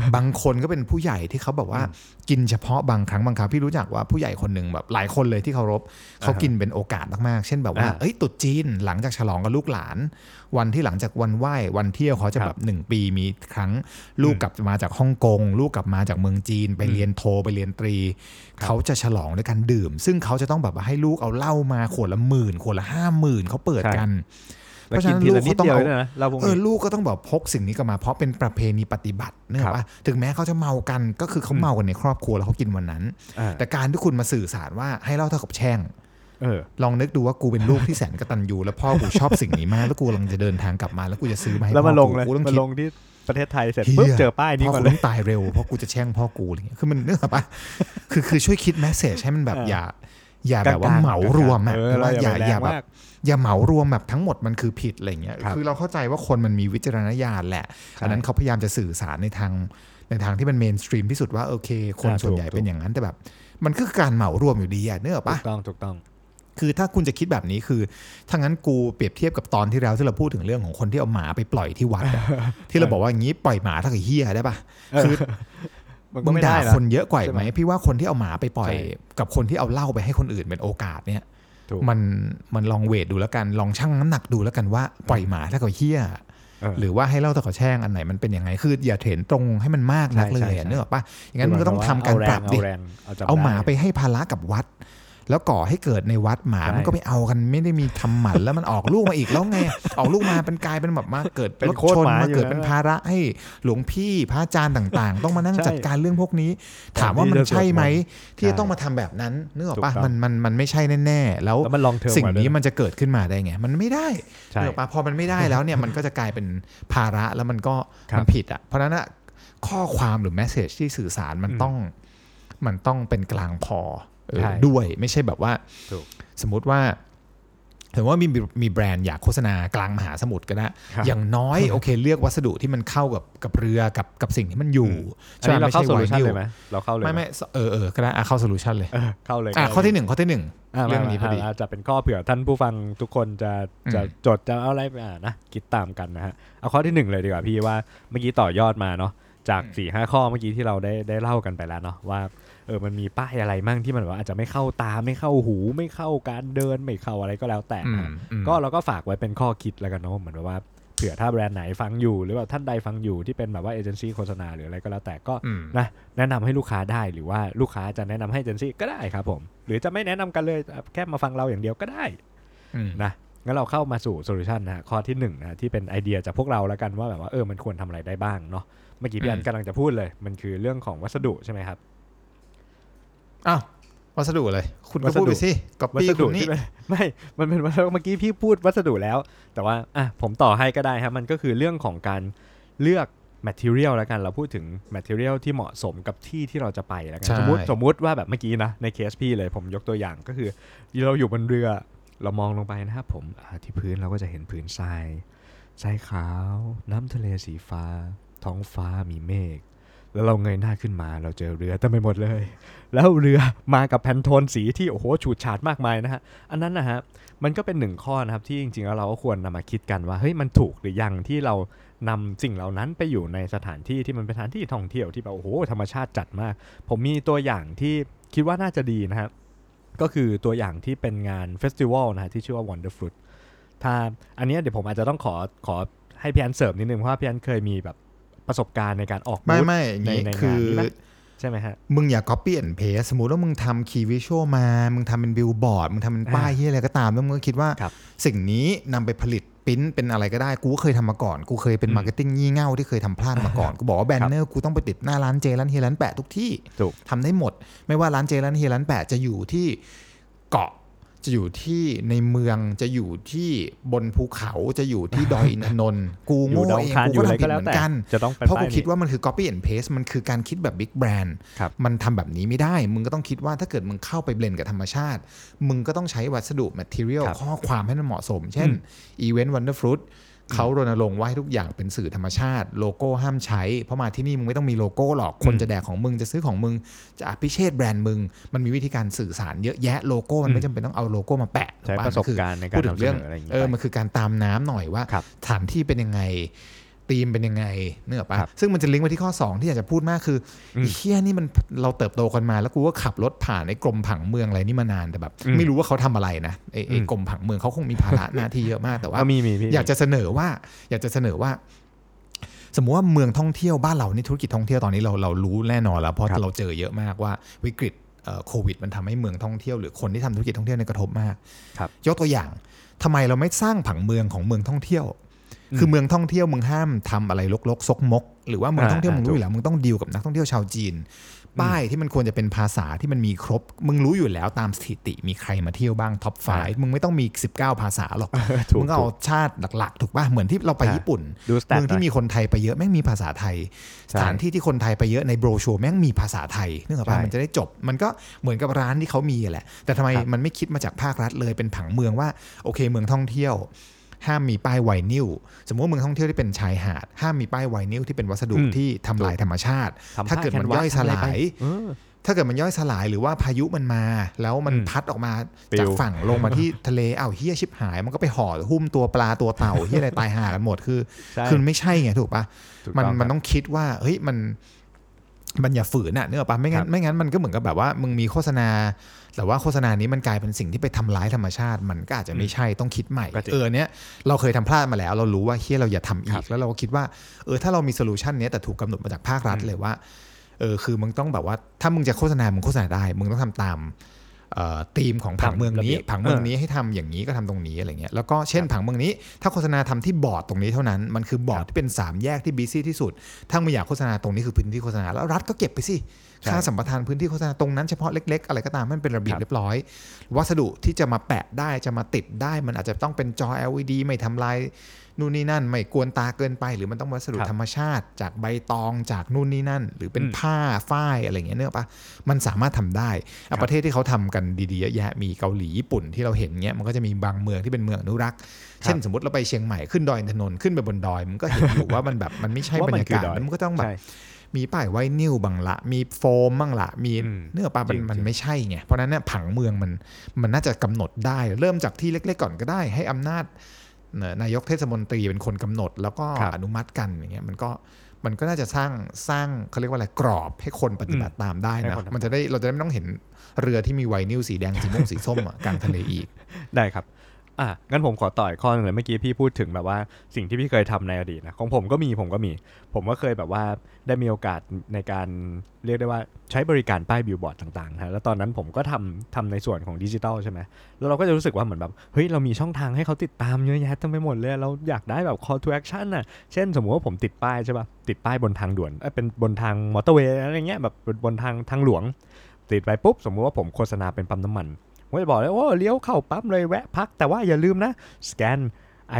S4: บางคนก็เป็นผู้ใหญ่ที่เขาแบบว่ากินเฉพาะบางครั้งบางคราวพี่รู้จักว่าผู้ใหญ่คนหนึ่งแบบหลายคนเลยที่เคารพเขากินเป็นโอกาสมากๆ เช่นแบบว่า
S2: อ่า
S4: เอ้ยตรุดจีนหลังจากฉลองกับลูกหลาน วันที่หลังจากวันไหว้วันเที่ยวเขาจะ
S2: ครับ
S4: แบบหนึ่งปีมีครั้งลูกกลับมาจากฮ่องกงลูกกลับมาจากเมืองจีน ไป
S2: อืม
S4: เรียนโทไปเรียนตรี เขาจะฉลองด้วยการดื่ม ซึ่งเขาจะต้องแบบว่าให้ลูกเอาเหล้ามาขวดละหมื่นขวดละห้าหมื่นเขาเปิดกัน
S2: แล้วกินทีละนิดเดียวด้วยนะเราวง
S4: เออ
S2: นี้
S4: ลูกก็ต้องแบบพกสิ่งนี้กลับมาเพราะเป็นประเพณีปฏิบัติเนื่อง
S2: ครั
S4: ว่า
S2: บ
S4: ถึงแม้เขาจะเมากันก็คือเขาเมากันในครอบครัวแล้วเขากินวันนั้น
S2: อ่า
S4: แต่การที่คุณมาสื่อสารว่าให้เล่าเท่ากับแช่ง
S2: เออ
S4: ลองนึกดูว่ากูเป็นลูกที่แสนกตัญญูแล้วพ่อกูชอบสิ่งนี้มากแล้วกูกำลังจะเดินทางกลับมาแล้วกูจะซื้อมาให้
S2: แล้วมา
S4: พ่
S2: ล
S4: อกู
S2: งเลย
S4: กูต้อง
S2: มา
S4: คิด
S2: ลงที่ประเทศไทยเสร็จ
S4: เหี้ย
S2: ปุ๊บเจอป้ายนี้
S4: พ่อ
S2: ก่อน
S4: กู
S2: เลย
S4: ต้องตายเร็วเพราะกูจะแช่งพ่อกูอะไรเงี้ยคือมันนึกออกปะคือคือช่วยคิดแมสเซจให้มันแบบ
S2: เออ
S4: อ
S2: อ
S4: ย่า อย่าแบบว่าเหมารวมอะ
S2: เออ
S4: หรือว่า
S2: เร
S4: อย่า
S2: ไป
S4: อ
S2: แร
S4: ย่า
S2: ง
S4: แบบ
S2: มก
S4: อย่าเหมารวมแบบทั้งหมดมันคือผิดอะไรเงี้ย
S2: ครับ
S4: คือเราเข้าใจว่าคนมันมีวิจารณญาณแหละ
S2: ใช่
S4: อันนั้นเขาพยายามจะสื่อสารในทางในทางที่มันเมนสตรีมที่สุดว่าโอเค คน
S2: อ่า
S4: ส่วน
S2: ถูก
S4: ใหญ่เป็นอย่างนั้นแต่แบบ มันก็คือการเหมารวมอยู่ดีอะเนกอะ
S2: ถู
S4: ปะ
S2: กต้องถูกต้อง
S4: คือถ้าคุณจะคิดแบบนี้คือถ้างั้นกูเปรียบเทียบกับตอนที่แล้วที่เราพูดถึงเรื่องของคนที่เอาหมาไปปล่อยที่วัดอะที่เราบอกว่าอย่างนี้ปล่อยหมาเท่ากับเฮียได้ปะคือ
S2: มันก็
S4: มึง
S2: ไม่
S4: ด่า
S2: ได้นะ
S4: คนเยอะกว่าอีกไหม
S2: ใช่ไหม
S4: พี่ว่าคนที่เอาหมาไปปล่อย
S2: ใช่
S4: กับคนที่เอาเหล้าไปให้คนอื่นเป็นโอกาสเนี่ย
S2: ถูก
S4: มันมันลองเวทดูแล้วกันลองชั่งน้ำหนักดูแล้วกันว่าปล่อยหมาเท่ากับเฮี้ย
S2: เออ
S4: หรือว่าให้เหล้าเท่ากับแช่งอันไหนมันเป็นยังไงคืออย่าเถนตรงให้มันมากนัก
S2: ใช่
S4: เลย
S2: ใช่
S4: อะเนกอะปะอย่างนั้นมันก็ต้องทำการปรับดิ
S2: เอาแรงเอาจำ
S4: เอาหมา
S2: ด้
S4: ไปให้ภาระกับวัด แล้วก่อให้เกิดในวัดหมา
S2: ใช่
S4: มันก็ไปเอากันไม่ได้มีทำหมันแล้วมันออกลูกมาอีกแล้วไง ออกลูกมาเป็นกลายเป็นแบบมาเกิด
S2: เป็น
S4: รถ
S2: โคต
S4: ช
S2: ร
S4: น
S2: หมา
S4: มา
S2: อยู่
S4: เกิด
S2: นะ
S4: เป็นภาระให้หลวงพี่พระอาจารย์ต่าง ๆ ต้องมานั่ง
S2: ใช่
S4: จัดการเรื่องพวกนี้ ถามว่า
S2: ที่
S4: มัน
S2: จะ
S4: ใช่ไหม ที่
S2: ใช่
S4: จะต้องมาทำแบบนั้นนึกออกปะ
S2: ถูกต้อง
S4: มันมันมันไม่ใช่แน่ๆแล้ว
S2: แล้วมันลองเทอม
S4: สิ่ง
S2: กว่าด้วย
S4: นี้มันจะเกิดขึ้นมาได้ไง มันไม่ได้
S2: ใช่
S4: นึกออกปะพอมันไม่ได้แล้ว เนี่ยมันก็จะกลายเป็นภาระแล้วมันก็
S2: ครับ
S4: มันผิดอ่ะเพราะฉะนั้นอะข้อความหรือแมสเซจที่สื่อสารมันต้อง มันต้องเป็นกลางพอเออ
S2: ใช่
S4: ด้วยไม่ใช่แบบว่า
S2: ถูก
S4: สมมติว่าถึงว่ามีมีแบรนด์อยากโฆษณากลางมหาสมุทรก็ได้
S2: ครับ
S4: อย่างน้อย โอเค เลือกวัสดุที่มันเข้ากับกับเรือกับกับสิ่งที่มันอยู่
S2: อื
S4: ใช่
S2: อันนี้เรา
S4: ไม่
S2: เข้า
S4: ใช่
S2: โซ
S4: ไว
S2: ลูชัน
S4: นิล
S2: เลยไหมเราเข้าเลยห
S4: ไม่ไม่เออเออก็ได้อ่ะเข้าโซลูชันเลย
S2: เออเข้าเลย
S4: อ่ะข้อที่หนึ่งข้อที่หนึ่ง
S2: ะ
S4: เรื่องนี้พอดี
S2: าาจะเป็นข้อเผื่อท่านผู้ฟังทุกคนจะ
S4: อืม
S2: จะจดจะเอาอะไรไปอ่านนะคิดตามกันนะฮะเอาข้อที่หนึ่งเลยดีกว่าพี่ว่าเมื่อกี้ต่อยอดมาเนาะจากสี่ห้าข้อเมื่อกี้ที่เราได้ได้เล่ากันไปแล้วเนาะว่าเออมันมีป้ายอะไรมั่งที่มันแบบว่าอาจจะไม่เข้าตาไม่เข้าหูไม่เข้าการเดินไม่เข้าอะไรก็แล้วแต่
S4: อื
S2: นะ
S4: ม
S2: ฮะ
S4: อืม
S2: ก็เราก็ฝากไว้เป็นข้อคิดแล้วกันเนาะเหมือนแบบว่าเผื่อถ้าแบรนด์ไหนฟังอยู่ หรือว่าท่านใดฟังอยู่ที่เป็นแบบว่าเอเจนซี่โฆษณาหรืออะไรก็แล้วแต่ก็
S4: อืม
S2: นะแนะนำให้ลูกค้าได้หรือว่าลูกค้าจะแนะนำให้เอเจนซี่ก็ได้ครับผม หรือจะไม่แนะนำกันเลยแค่มาฟังเราอย่างเดียวก็ได้
S4: อืม
S2: นะ งั้นเราเข้ามาสู่โซลูชันนะฮะข้อที่หนึ่งนะฮะที่เป็นไอเดียจากพวกเราแล้วกันว่าแบบว่าเออมันควรทำอะไรได้บ้างเนาะเมื่อกี้พี่อันกำลังจะพูดเลย มันคือเรื่องของวัสดุใช่ไหมครับ
S4: อ้าววัสดุเลย คุณก็
S2: วัสดุ
S4: พูดไปสิก๊อป
S2: วั
S4: ปี้
S2: ส
S4: คุ
S2: ดุ
S4: ณนี่
S2: ที่มันไม่ มันเป็นวัสดุเมื่อกี้พี่พูดวัสดุแล้ว แต่ว่าอ่ะผมต่อให้ก็ได้ครับ มันก็คือเรื่องของการเลือก material แล้วกัน เราพูดถึง material ที่เหมาะสมกับที่ที่เราจะไปแล้วกัน
S4: ใช่
S2: สมมติสมมติว่าแบบเมื่อกี้นะ ในเคสพี่เลยผมยกตัวอย่างก็คือเราอยู่บนเรือเรามองลงไปนะครับผมอ่าที่พื้นเราก็จะเห็นพื้นทรายทรายขาว น้ำทะเลสีฟ้า ท้องฟ้ามีเมฆแล้วเราเงยหน้าขึ้นมาเราเจอเรือเต็มไปหมดเลย แล้วเรือมากับแผ่นโทนสีที่โอ้โหฉูดฉาดมากมายนะฮะ อันนั้นนะฮะมันก็เป็นหนึ่งข้อนะครับที่จริงๆแล้วเราก็ควรนำมาคิดกันว่าเฮ้ยมันถูกหรือยังที่เรานำสิ่งเหล่านั้นไปอยู่ในสถานที่ที่มันเป็นสถานที่ท่องเที่ยวที่แบบโอ้โหธรรมชาติจัดมาก ผมมีตัวอย่างที่คิดว่าน่าจะดีนะฮะก็คือตัวอย่างที่เป็นงานเฟสติวัลนะฮะที่ชื่อว่า Wonderfruit ถ้าอันเนี้ยเดี๋ยวผมอาจจะต้องขอขอให้พี่อันเสริมนิดนึงเพราะว่าพี่อันเคยมีแบบประสบการณ์ในการออก
S4: ไม่
S2: บูธ
S4: ไม่อย่างนี้
S2: ในในงาน
S4: คือ
S2: นี่ปะ ใช่ไหมฮะ
S4: มึงอย่า copy and paste สมมติว่ามึงทำคีย์วิชวลมา มึงทำเป็นบิลบอร์ด มึงทำเป็นป้าย
S2: อ่า
S4: ที่อะไรก็ตาม แล้วมึงก็คิดว่า
S2: ครับ
S4: สิ่งนี้นำไปผลิตปริ้นเป็นอะไรก็ได้ กูก็เคยทำมาก่อน กูเคยเป็น
S2: อืม
S4: มาร์เก็ตติ้งงี่เง่าที่เคยทำพลาดมาก่อน กูบอกว่าแบนเนอร์กูต้องไปติดหน้าร้านเจร้านเฮยร้านแปะทุกที่
S2: ถูก
S4: ทำได้หมด ไม่ว่าร้านเจร้านเฮยร้านแปะจะอยู่ที่เกาะ จะอยู่ที่ในเมือง จะอยู่ที่บนภูเขา จะอยู่ที่ดอยอินทนนท์ กู
S2: อยู่
S4: โง่
S2: ดาว
S4: เอ
S2: อัง
S4: ง
S2: คารอ
S4: กู
S2: ยู่
S4: ก็
S2: อะไร
S4: ทำผิ
S2: ก็
S4: ด
S2: แล้ว
S4: เหมือน
S2: แต่
S4: กัน
S2: จะต้องไป
S4: เพราะ
S2: ป้
S4: กู
S2: ยนี้
S4: คิดว่ามันคือ copy and paste มันคือการคิดแบบ big brand
S2: ครับ
S4: มันทำแบบนี้ไม่ได้ มึงก็ต้องคิดว่าถ้าเกิดมึงเข้าไปเบลนด์กับธรรมชาติ มึงก็ต้องใช้วัสดุ material
S2: ครับ
S4: ข้อความให้มันเหมาะสม เช่น event wonder fruit เขารณรงค์ว่าให้ทุกอย่างเป็นสื่อธรรมชาติ โลโก้ห้ามใช้ เพราะมาที่นี่มึงไม่ต้องมีโลโก้หรอก คน
S2: อืม
S4: จะแดกของมึงจะซื้อของมึง จะอภิเชษแบรนด์มึง มันมีวิธีการสื่อสารเยอะแยะ โลโก้มัน
S2: อื
S4: ไม่
S2: ม
S4: จำเป็นต้องเอาโลโก้มาแปะ
S2: ใช้
S4: ถูก
S2: ประสบ
S4: คือ
S2: การณ์ในกา
S4: พู
S2: ร
S4: ดถึง
S2: นำเส
S4: เรื่อง
S2: นออะไรอย่างนี้
S4: เออ
S2: ไป
S4: มันคือการตามน้ำหน่อยว่า
S2: ครับ
S4: สถานที่เป็นยังไงธีมเป็นยังไงเนื้ออกปะ
S2: ครับ
S4: ซึ่งมันจะลิงก์มาที่ข้อ 2 ที่อยากจะพูดมากคืออ
S2: ม
S4: ไอ้เฮียนี่มันเราเติบโตกันมาแล้วกูก็ขับรถผ่านไอ้กรมผังเมืองอะไรนี่มานานแต่แบบ
S2: อืม
S4: ไม่รู้ว่าเขาทำอะไรนะไอ้ไอ้
S2: อืม
S4: กรมผังเมืองเขาคงมีภาระหน้าที่เยอะมากแต่ว่า
S2: อ่ะมีมีพี่
S4: อยากจะเสนอว่าอยากจะเสนอว่า สมมุติว่าเมืองท่องเที่ยวบ้านเรานี่ธุรกิจท่องเที่ยวตอนนี้เราเรารู้แน่นอนแล้วเพราะ
S2: ครับ
S4: เราเจอเยอะมากว่าวิกฤตเอ่อโควิด มันทำให้เมืองท่องเที่ยวหรือคนที่ทำธุรกิจท่องเที่ยวในยกระทบมาก
S2: ครับ
S4: ยกตัวอย่างทำไมเราไม่สร้างผังเมืองของเมืองท่องเที่ยว
S2: อืม
S4: คือเมืองท่องเที่ยวมึงห้ามทำอะไรลกๆซกมก หรือว่าเมือง
S2: อ่า
S4: ท่องเที่ยวมึง
S2: อ่า
S4: รู้อ
S2: ถูก
S4: ยู่แล้วมึงต้องดีลกับนักท่องเที่ยวชาวจีน ป้ายที่มันควรจะเป็นภาษาที่มันมีครบ มึงรู้อยู่แล้วตามสถิติมีใครมาเที่ยวบ้างท็อปไฟ
S2: อ่ามึ
S4: มึงไม่ต้องมี 19 ภาษาหรอก
S2: ถู
S4: มึ
S2: ก
S4: งก็
S2: ถู
S4: เอา
S2: ก
S4: ชาติหลัก ๆ ถูกป่ะ เหมือนที่เราไป
S2: อ่ะ
S4: ญี่ปุ่น
S2: ดูสแตท
S4: เมือง
S2: หน่
S4: ที่
S2: อย
S4: มีคนไทยไปเยอะแม่งมีภาษาไทย
S2: ใช่
S4: สถานที่ที่คนไทยไปเยอะในโบรชัวร์แม่งมีภาษาไทยนึกออกป่ะ
S2: ใช่
S4: มันจะได้จบ มันก็เหมือนกับร้านที่เขามีแหละ แต่ทำไม
S2: ครับ
S4: มันไม่คิดมาจากภาครัฐเลยเป็นผังเมืองว่าโอเคเมืองท่องเที่ยว ห้ามมีป้ายไวนิลสมมติว่าเมืองท่องเที่ยวที่เป็นชายหาด ห้ามมีป้ายไวนิลที่เป็นวัสดุ
S2: อืม
S4: ที่ทำลายธรรมชาติ
S2: ทำ
S4: ถ้าเกิด
S2: ผ้
S4: มัน
S2: canvas
S4: ย่อยสลา
S2: ทำะไรไป
S4: ย
S2: เออ
S4: ถ้าเกิดมันย่อยสลายหรือว่าพายุมันมา แล้วมัน
S2: อืม
S4: พัดออกมา
S2: ปลิว
S4: จากฝั่งลงมาที่ ทะเลอ้าวเฮียชิบหาย มันก็ไปห่อหุ้มตัวปลาตัวเต่าเฮียอะไรตายห่ากันหมดคือ
S2: ใช่
S4: คือไม่ใช่ไงถูกปะ
S2: ถูก
S4: มัน
S2: ต้อง
S4: มั
S2: ครั
S4: น
S2: บ
S4: ต้องคิดว่าเฮ้ยมันมันอย่าฝืนน่ะเนกออกปะไม่งั้
S2: ครับ
S4: นไม่งั้นมันก็เหมือนกับแบบว่า มึงมีโฆษณา แต่ว่าโฆษณานี้มันกลายเป็นสิ่งที่ไปทำร้ายธรรมชาติ มันก็อาจจะไม่ใช่ต้องคิดใหม่
S2: ก็จริง
S4: เออเนี้ยเราเคยทำพลาดมาแล้ว เรารู้ว่าเฮียเราอย่าทำอี
S2: ครั
S4: ก
S2: บ
S4: แล้วเราก็คิดว่าเออถ้าเรามีโซลูชันเนี้ยแต่ถูกกำหนดมาจากภาครัฐ
S2: อืม
S4: เลยว่า เออคือมึงต้องแบบว่าถ้ามึงจะโฆษณา มึงโฆษณาได้ มึงต้องทำตามเอ่อธีมของผังเมืองนี้
S2: ตามระเบียบ
S4: ผังเมืองนี้ให้ทำอย่างนี้ก็ทำตรงนี้อะไรเงี้ยแล้วก็เช่นผังเมืองนี้ ถ้าโฆษณาทำที่บอร์ดตรงนี้เท่านั้นมันคือบอร์ด
S2: ครับ
S4: ที่เป็นสามแยกที่บีซี่ที่สุด ถ้ามึงอยากโฆษณาตรงนี้คือพื้นที่โฆษณาแล้วรัฐก็เก็บไปสิ
S2: ใช่
S4: ค่าสัมปทานพื้นที่โฆษณาตรงนั้นเฉพาะเล็กๆ อะไรก็ตามให้มันเป็นระเบีย
S2: ครั
S4: บ
S2: บ
S4: เรียบร้อย วัสดุที่จะมาแปะได้จะมาติดได้ มันอาจจะต้องเป็นจอ LED ไม่ทำลายนู่นนี่นั่น ไม่กวนตาเกินไป หรือมันต้องวัสดุ
S2: ครับ
S4: ธรรมชาติ จากใบตองจากนู่นนี่นั่น หรือเป็น
S2: อืม
S4: ผ้าฝ้ายอะไรอย่างเงี้ยเนกอะปะมันสามารถทำได้
S2: ครั
S4: อ่ะ
S2: บ
S4: ประเทศที่เขาทำกันดีๆเยอะแยะมีเกาหลีญี่ปุ่นที่เราเห็นเงี้ยมันก็จะมีบางเมืองที่เป็นเมืองอนุรักษ์เช่นสมมติเราไปเชียงใหม่ขึ้นดอยอินทนนท์ขึ้นไปบนดอยมันก็เห็นอยู่ว่ามันแบบมันไม่ใช่
S2: ว่า
S4: บร
S2: มัน
S4: ร
S2: คือก
S4: ยาาศ
S2: ดอย
S4: แล้วมันก็ต้องแบบ
S2: ใช่
S4: มีป้ายไวนิลบังละ มีโฟมบ้างละ มี
S2: อืม
S4: เนื้อปลามั
S2: จริ
S4: น
S2: ง
S4: มัน
S2: จริง
S4: ไม่ใช่ไง เพราะฉะนั้นเนี่ยผังเมืองมันมันน่าจะกำหนดได้ เริ่มจากที่เล็กๆก่อนก็ได้ ให้อำนาจเอ่อนายกเทศมนตรีเป็นคนกำหนด แล้วก็
S2: ครับ
S4: อนุมัติกันอย่างเงี้ยมันก็มันก็น่าจะสร้างสร้างเขาเรียกว่าอะไรกรอบให้คนปฏิบัติตามได้
S2: ให้
S4: นะ
S2: คนทำ
S4: มันจะได้เราจะได้ไม่ต้องเห็นเรือที่มีไวนิลสีแดงสีม่วงสีส้มอะกลางทะเลอีก
S2: ได้ครับ อ่ะงั้นผมขอต่อยข้อหนึงเลยเมื่อกี้พี่พูดถึงแบบว่าสิ่งที่พี่เคยทำในอดีตนะของผมก็มีผมก็มี ผมก็เคยแบบว่าได้มีโอกาสในการเรียกได้ว่าใช้บริการป้ายบิลบอร์ดต่างๆนะฮะแล้วตอนนั้นผมก็ทำทำในส่วนของดิจิทัลใช่ไหมแล้วเราก็จะรู้สึกว่าเหมือนแบบเฮ้ยเรามีช่องทางให้เขาติดตามเยอะแยะเต็มไปหมดเลยเราอยากได้แบบ call to action น่ะ เช่นสมมุติว่าผมติดป้ายใช่ป่ะติดป้ายบนทางด่วนเอ้ยเป็นบนทางมอเตอร์เวย์อะไรเงี้ยแบบบนทางทางหลวง ติดไปปุ๊บ สมมุติว่าผมโฆษณาเป็นปั๊มน้ำมันผมจะบอกเลยว่าเลี้ยวเข้าปั๊มเลยแวะพัก แต่ว่าอย่าลืมนะ สแกน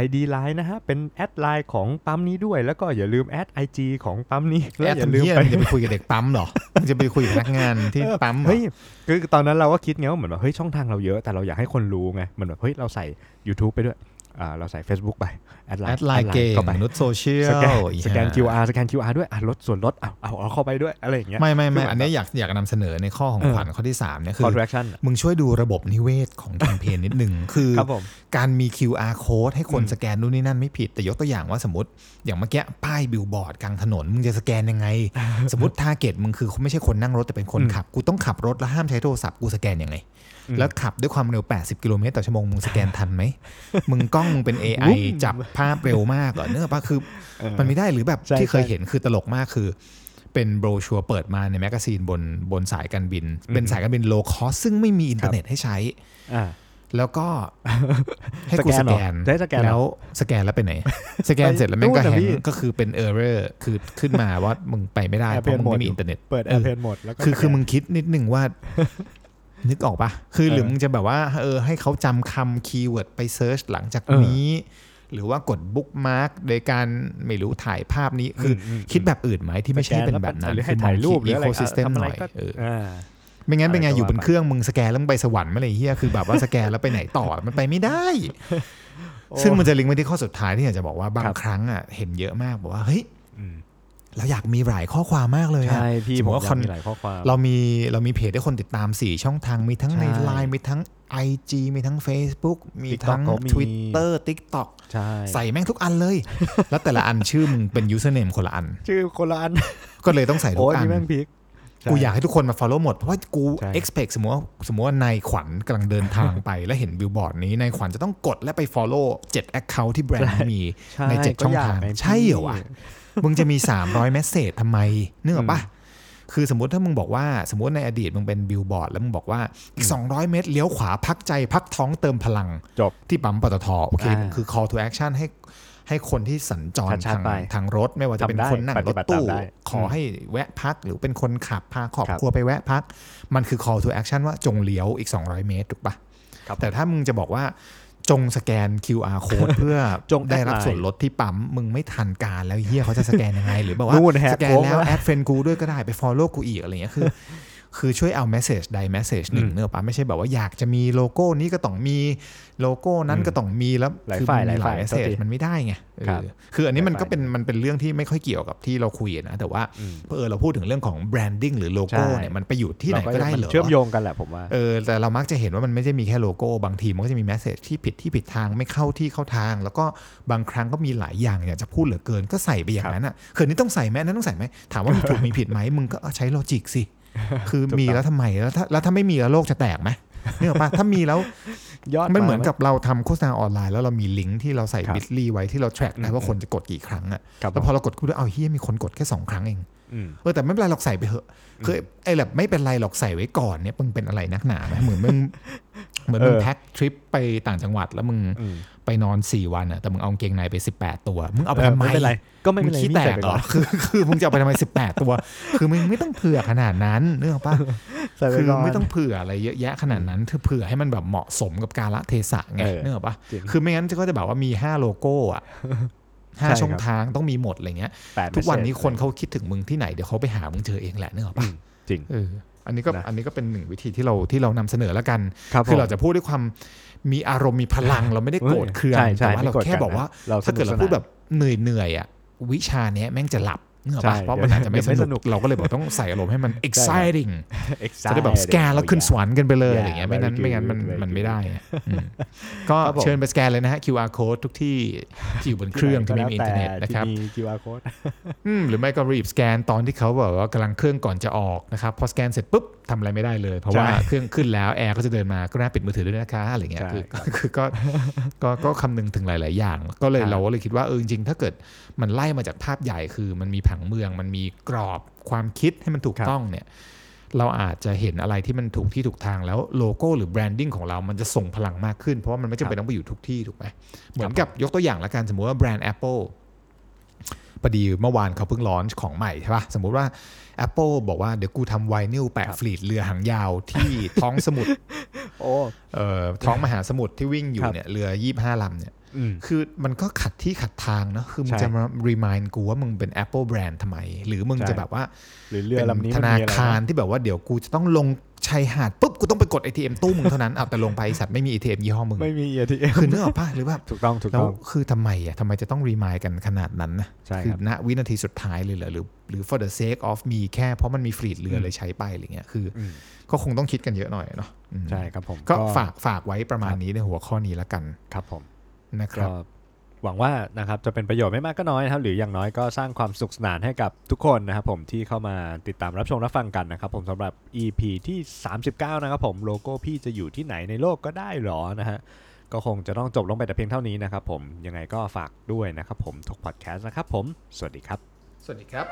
S2: ID Line นะฮะ เป็นแอดไลน์ของปั๊มนี้ด้วย แล้วก็อย่าลืมแอด IG ของปั๊มนี้
S4: แอ
S2: แล้ว
S4: ด
S2: อ
S4: ทำ
S2: ย่าลืม
S4: เหี้ย
S2: ไป
S4: มันจะไปคุยกับเด็กปั๊มเหรอมันจะไปคุยกับพนักงานที่ปั๊มเหรอ
S2: เฮ้ยคือตอนนั้นเราก็คิดไงว่าเหมือนแบบเฮ้ยช่องทางเราเยอะแต่เราอยากให้คนรู้ไงเหมือนแบบเฮ้ยเราใส่ YouTube ไปด้วยอ่าเราใส่ Facebook ไปแอดไลน์
S4: แอดไลน์เก่ง
S2: เข้าไป
S4: มนุษย์โซเชีย
S2: ส
S4: ล
S2: แกน
S4: อี
S2: สแกน
S4: ห่า
S2: QR สแกน QR ด้วยอ่ะลดส่วนลดเอาเอาเอาเข้าไปด้วยอะไรอย่างเงี้ย
S4: ไม่ไม่ไม่
S2: คือแบบ
S4: อันเนี้ยอยากอยากนำเสนอในข้อของ
S2: เออ
S4: ขวัญข้อที่3เนี่ยคื
S2: คอ
S4: อ
S2: ร์รัปชัน
S4: มึงช่วยดูระบบนิเวศของแคมเปญนิดหนึ่ง คือ
S2: ครับผม
S4: การมี QR code ให้คนสแกนนู่นนี่นั่นไม่ผิด แต่ยกตัวอย่างว่าสมมติ อย่างเมื่อกี้ป้ายบิลบอร์ดกลางถนน มึงจะสแกนยังไง สมมติทาร์เก็ตมึงคือไม่ใช่คนนั่งรถแต่เป็นคนขับ กูต้องขับรถแล้วห้ามใช้โทรศัพท์กูสแกนยังไง แล้วขับด้วยความเร็ว 80 กิโลเมตรต่อชั่วโมงมึงสแกนทั นไหม มึงกล้องมึงเป็น AI จับภาพเร็วมากเหรอเนื้อะปะคือ
S2: เออ
S4: มันไม่ได้หรือแบบ
S2: ใช่
S4: ที่เคย
S2: ใช่
S4: เห็นคือตลกมากคือ เป็นโบรชัวร์เปิดมาในแมกกาซีนบนบนสายการบิน เป็นสายการบินโลคอสซึ่งไม่มีอินเทอร์เน็ตให้ใช้
S2: อ่า
S4: แล้ว ก็ ให้กู
S2: ส
S4: ส
S2: แก
S4: แก
S2: น
S4: น
S2: เหรอได้สแกนเหรอ
S4: แล้วสแกนแล้วไปไหน สแกนเสร็จแล้วแม่งก็
S2: นู่นน่ะ
S4: แฮง
S2: พี่
S4: ก็คือเป็นเออร์เรอร์คือขึ้นมาว่ามึงไปไม่ได้
S2: Airplane
S4: เพราะมึงไม่มี
S2: mode
S4: อินเทอร์เน็ต
S2: เปิดแอ
S4: เอ
S2: ร์
S4: อ
S2: เพนหมดแล้วก็
S4: คือคือมึงคิดนิดนึงว่า นึกออกปะคือ
S2: เออ
S4: หรือมึงจะแบบว่าเออให้เขาจำคำคีย์เวิร์ดไปเซิร์ชหลังจาก
S2: เออ
S4: นี้ หรือว่ากดบุ๊กมาร์กโดยการไม่รู้ถ่ายภาพนี้คืออ
S2: ม
S4: คิดแบบอื่นไหมที่ไม่
S2: ส
S4: ใช่
S2: ก
S4: เป็นแบบนั้น
S2: หรือให้
S4: คือมอง
S2: ถ่ายรูปหรือ
S4: อี
S2: อะไร
S4: โคซิสเต็ม
S2: ทำ
S4: ห
S2: อะไร
S4: น่อย
S2: ก็
S4: เออ
S2: อ่า
S4: ไม่งั้นเป็นไง
S2: อะไรก็
S4: อยู่บน
S2: ว่าไป
S4: เครื่องมึงสแกนแล้วมึงไปสวรรค์มาเลยเฮียคือแบบว่าสแกนแล้วไปไหนต่อ มันไปไม่ได้ ซึ่งมันจะลิงก์ไปที่ข้อสุดท้ายที่อยากจะบอกว่าบางครั้งอ่ะเห็นเยอะมากบอกว่าเฮ้ย
S2: อืม
S4: เราอยากมีหลายข้อความมากเลยอะ
S2: ใช่พี่
S4: สม
S2: ผม ม
S4: ติ
S2: ว่า
S4: ว่า
S2: ค
S4: คน น
S2: มีหลายข้อความ
S4: เรามีเรามีเพจให้คนติดตาม 4 ช่องทางมีทั้งใน
S2: ใช่
S4: ไลน์มีทั้ง IG มีทั้ง Facebook มี
S2: TikTok
S4: ทั้ง
S2: ก็มี
S4: Twitter TikTok
S2: ใช่
S4: ใส่แม่งทุกอันเลย แล้วแต่ละอันชื่อมึงเป็น username คนละอัน
S2: ชื่อคนละอัน
S4: ก็เลยต้องใส่ทุ
S2: โอ้ย
S4: กอัน
S2: นี่แม่งพีคใช่
S4: กูอยากให้ทุกคนมา follow หมด เพราะว่ากู
S2: ใช่
S4: expect สมมติว่าสมมติว่านายขวัญกำลังเดินทาง ไป และเห็นบิลบอร์ดนี้นายขวัญจะต้องกดและไป follow 7 account ที่แบรนด์นี้มี
S2: ใช่
S4: ใน 7 ช่องทา
S2: ก็
S4: ง
S2: ยากไง
S4: ใช่เหรอวะ
S2: พี่
S4: มึงจะมี 300 message ทำไมเนื่องปะคือสมมติถ้ามึงบอกว่า สมมติในอดีตมึงเป็นบิลบอร์ดแล้วมึงบอกว่าอีก 200 เมตรเลี้ยวขวาพักใจพักท้องเติมพลัง
S2: จบ
S4: ที่ปั๊มปตทโอเค
S2: อ่า
S4: คือ call to action ให้ให้คนที่สัญจร
S2: ชัด
S4: ทาง
S2: ๆไป
S4: ทางรถไม่ว่าจะเป็น
S2: ทำได้
S4: คนนั่ง
S2: ป
S4: รถ
S2: ฏิบัติตาม
S4: ตู้
S2: ได้
S4: ขอ
S2: อืม
S4: ให้แวะพักหรือเป็นคนขับพาครอบ
S2: ครับ
S4: ครัวไปแวะพัก มันคือ call to action ว่าจงเลี้ยวอีก 200 เมตร ถูกปะ
S2: ครับ
S4: แต่ถ้ามึงจะบอกว่าจงสแกน QR code เพื่อ
S2: จง
S4: ได้รับ
S2: add line
S4: ส่วนลดที่ปั๊ม มึงไม่ทันการแล้วเฮียเขาจะสแกนยังไง หรือบอกว่า
S2: นู่นแหก
S4: สแกน
S2: โค้ง
S4: แล้ว
S2: แล้ว
S4: แอดเฟนกูด้วยก็ได้ไป follow กูอีกอะไรเงี้ยคือ คือช่วยเอา message ใด message หนึ่ง
S2: อืม
S4: เนอะปะไม่ใช่แบบว่าอยากจะมีโลโก้นี้ก็ต้องมีโลโก้นั้นก็ต้องมีแล้ว
S2: หลาย
S4: คื
S2: ฝ่าย
S4: มันมี
S2: หลายฝ่าย
S4: หลาย
S2: โทษ
S4: message
S2: ที
S4: มันไม่ได้ไงเออ
S2: ครับ
S4: คืออันนี้มัน
S2: หลาย
S4: ก็
S2: ฝ่าย
S4: เป็นมันเป็นเรื่องที่ไม่ค่อยเกี่ยวกับที่เราคุยนะแต่ว่า
S2: อืม
S4: เพอเออเราพูดถึงเรื่องของแบรนดิ้งหรือโลโก้
S2: ใช่
S4: เนี่ยมันไปอยู่ที่ไหนก็ได้เหร
S2: รา
S4: อ
S2: เชื่อมโยงกันแหละผมว่า
S4: เออแต่เรามักจะเห็นว่ามันไม่ได้มีแค่โลโก้บางทีมันก็จะมีแมสเซจที่ผิดที่ผิดทางไม่เข้าที่เข้าทาง แล้วก็บางครั้งก็มีหลายอย่างอยากจะพูดเหลือเกินก็ใส่ไปอย่างนั้นอ่ะคืนนี้ต้องใส่แมอันนั้นต้องใส่ไหมถามว่ามีถูกมีผิดไหมมึงก็ใช้โลจิก สิ คือมีแล้วทำไมแล้วถ้าแล้วถ้าไม่มีแล้วโลกจะแตกไหมเนี่ยปะถ้ามีแล้ว
S2: ยอด
S4: มันเหมือนา กับเราทำโฆษณาออนไลน์แล้วเรามีลิงก์ที่เราใส่
S2: ครับ
S4: บิตลี่ไว้ที่เราแทร็ก
S2: อื
S4: ได้
S2: ม
S4: ว่าคนจะกดกี่ครั้งอ่ะ
S2: ครับ
S4: แล้วพอเรากดกูดูเอาเฮียมีคนกดแค่สองครั้งเอง
S2: อืม
S4: เออแต่ไม่เป็นไรหรอกใส่ไปเถอะคืออไอ้แบบไม่เป็นไรหรอกใส่ไว้ก่อนเนี่ยมึงเป็นอะไรนักหนาไหมเหมือนมึง เหมือนมึง
S2: เออ
S4: แพ็คทริปไปต่างจังหวัดแล้วมึง
S2: อืม
S4: ไปนอน 4 วันอะแต่มึงเอากางเกงในไป 18 ตัว มึงเอาไป
S2: เออ
S4: ทำไม
S2: ไม่เป็นไรก็ไม่
S4: มึ
S2: เป็น
S4: ง
S2: ไร
S4: ขี้
S2: นี่
S4: แต
S2: ใส่
S4: ก
S2: ไป
S4: เหร
S2: ก่อ
S4: อน คือคือมึงจะเอาไปทำไม 18 ตัว คือมึงไม่ต้องเผื่อขนาดนั้นเนื้ออก ปะ
S2: ใส่ป
S4: คือ
S2: ก่น
S4: ไม่ต้องเผื่ออะไรเยอะแยะขนาดนั้นคือเผื่อให้มันแบบเหมาะสมกับกาลเทศะไง
S2: เออ
S4: เนกอะปะ
S2: จริง
S4: คือไม่งั้นก็จะแบบว่ามีห้าโลโก้อะห้า
S2: ใช่ครับ
S4: ช่องทางต้องมีหมดอะไรเงี้ย
S2: แปด
S4: ทุกวัน
S2: message
S4: นี้คนเขาคิดถึงมึงที่ไหนเดี๋ยวเขาไปหามึงเจอเองแหละเนกอะปะ
S2: อืมจริง
S4: เอออันนี้ก็
S2: นะ
S4: อันนี้ก็เป็นหนึ่งวิธีที่เราที่เรานำเสนอแล้วกัน
S2: ครับ
S4: คือเรา
S2: ผม
S4: จะพูดด้วยความมีอารมณ์มีพลังเราไม่ได้โกรธเคือง
S2: ใช่ใช่
S4: แต่ว่าเรา
S2: ไม่โกรธ
S4: แค่
S2: กัน
S4: บอกว่า
S2: เรา
S4: ถ้าเกิดเรา
S2: สนุกสนาน
S4: พูดแบบเหนื่อยๆอ่ะวิชาเนี้ยแม่งจะหลับ เนกออกปะ
S2: ใช่
S4: เพราะมันอาจจะไม่
S2: เดี๋ยวไม่
S4: ส
S2: สนุ
S4: นุก
S2: ก
S4: เราก็เลยบอกต้องใส่อารมณ์ให้มัน exciting จะ
S2: Excited
S4: ได้แบบสแกนแล้วขึ้นสวรรค์กันไปเลย
S2: อย่า
S4: อะไรเงี้ยไม่งั้น
S2: very
S4: ไม่งั้นมัน
S2: good, very
S4: มันไม่ได้อะอืมก็
S2: ครับผม
S4: เชิญไปสแกนเลยนะฮะ QR code ทุกที่ที่อยู่บนเครื่องที่ไม่มีอินเทอร์เน็ตนะครับ
S2: ที่มี QR code
S4: อืมหรือไม่ก็รีบสแกนตอนที่เขาแบบว่ากำลังเครื่องก่อนจะออกนะครับพอสแกนเสร็จปุ๊บทำอะไรไม่ได้เลย เพราะว่า
S2: ใช่
S4: เครื่องขึ้นแล้วแอร์ก็จะเดินมาก็น่าปิดมือถือด้วยนะคะอะไรเงี้ย
S2: ใช่
S4: คือ คือคือก็ก็ก็คำนึงถึงหลาย ๆ อย่าง ก็เล
S2: ค
S4: ย
S2: รับ
S4: เราก็เลยคิดว่าเออจริงๆถ้าเกิดมันไล่มาจากภาพใหญ่คือมันมีผังเมือง มันมีกรอบความคิดให้มันถูกต้องเนี่ย เราอาจจะเห็นอะไรที่มันถูกที่ถูกทางแล้วโลโก้หรือแบรนดิ้งของเรามันจะส่งพลังมากขึ้นเพราะว่ามันไม่จำเป็นต้องไปอยู่ทุกที่ถูกไหมเหมือนกับยกตัวอย่างละกันสมมติว่าแบรนด์ Apple พอดีเมื่อวานเขาเพิ่งลอนช์ของใหม่ใช่ปะสมมุติว่า Apple บอกว่าเดี๋ยวกูทำไวนิลแปะฟลีดเรือหางยาวที่ท้องสมุทร
S2: โอ้
S4: เอ่อท้องมหาสมุทรที่วิ่งอยู่
S2: ครับ
S4: เนี่ยเรือ 25ลำเนี่ย
S2: อืม
S4: คือมันก็ขัดที่ขัดทางเนอะคือมึง
S2: ใช่
S4: จะมา remind กูว่ามึงเป็น Apple Brand ทำไม หรือมึง
S2: ใช่
S4: จะแบบว่า
S2: หรือเรือ
S4: เป็น
S2: ลำนี้
S4: ธ
S2: มัน
S4: นา
S2: มีอะไร
S4: คารที่แบบว่าเดี๋ยวกูจะต้องลงชายหาดปุ๊บกูต้องไปกด ATM ตู้มึงเท่านั้นเอาแต่ลงไปไอ้สัตว์ไม่มี ATM ยี่ห้อมึง
S2: ไม่มี ATM
S4: คือเนื้อออกปะหรือว่า
S2: ถูกต้องถูก
S4: แล้ว
S2: ต้อง
S4: คือทำไมอ่ะทำไมจะต้องรีมายกันขนาดนั้นนะ
S2: ใช่ครับ
S4: คือณวินาทีสุดท้ายเลยเหรอหรือหรือ for the sake of me แค่เพราะมันมีฟรีดเรือเลยใช้ไปอะไรเงี้ยคืออ
S2: ม
S4: ก็คงต้องคิดกันเยอะหน่อยเนาะอืม
S2: ใช่ครับผม
S4: ก็ฝากฝากไว้ประมาณนี้ในหัวข้อนี้ละกัน
S2: ครับผม
S4: นะครับ
S2: ก็หวังว่านะครับจะเป็นประโยชน์ไม่มากก็น้อยนะครับหรืออย่างน้อยก็สร้างความสนุขสนานให้กับทุกคนนะครับผมที่เข้ามาติดตามรับชมรับฟังกันนะครับผมสำหรับ EP ที่ 39 นะครับผมโลโก้พี่จะอยู่ที่ไหนในโลกก็ได้หรอนะฮะก็คงจะต้องจบลงไปแต่เพียงเท่านี้นะครับผมยังไงก็ฝากด้วยนะครับผมทุกพอดแคสต์นะครับผม สวัสดีครับ
S4: สวัสดีครับ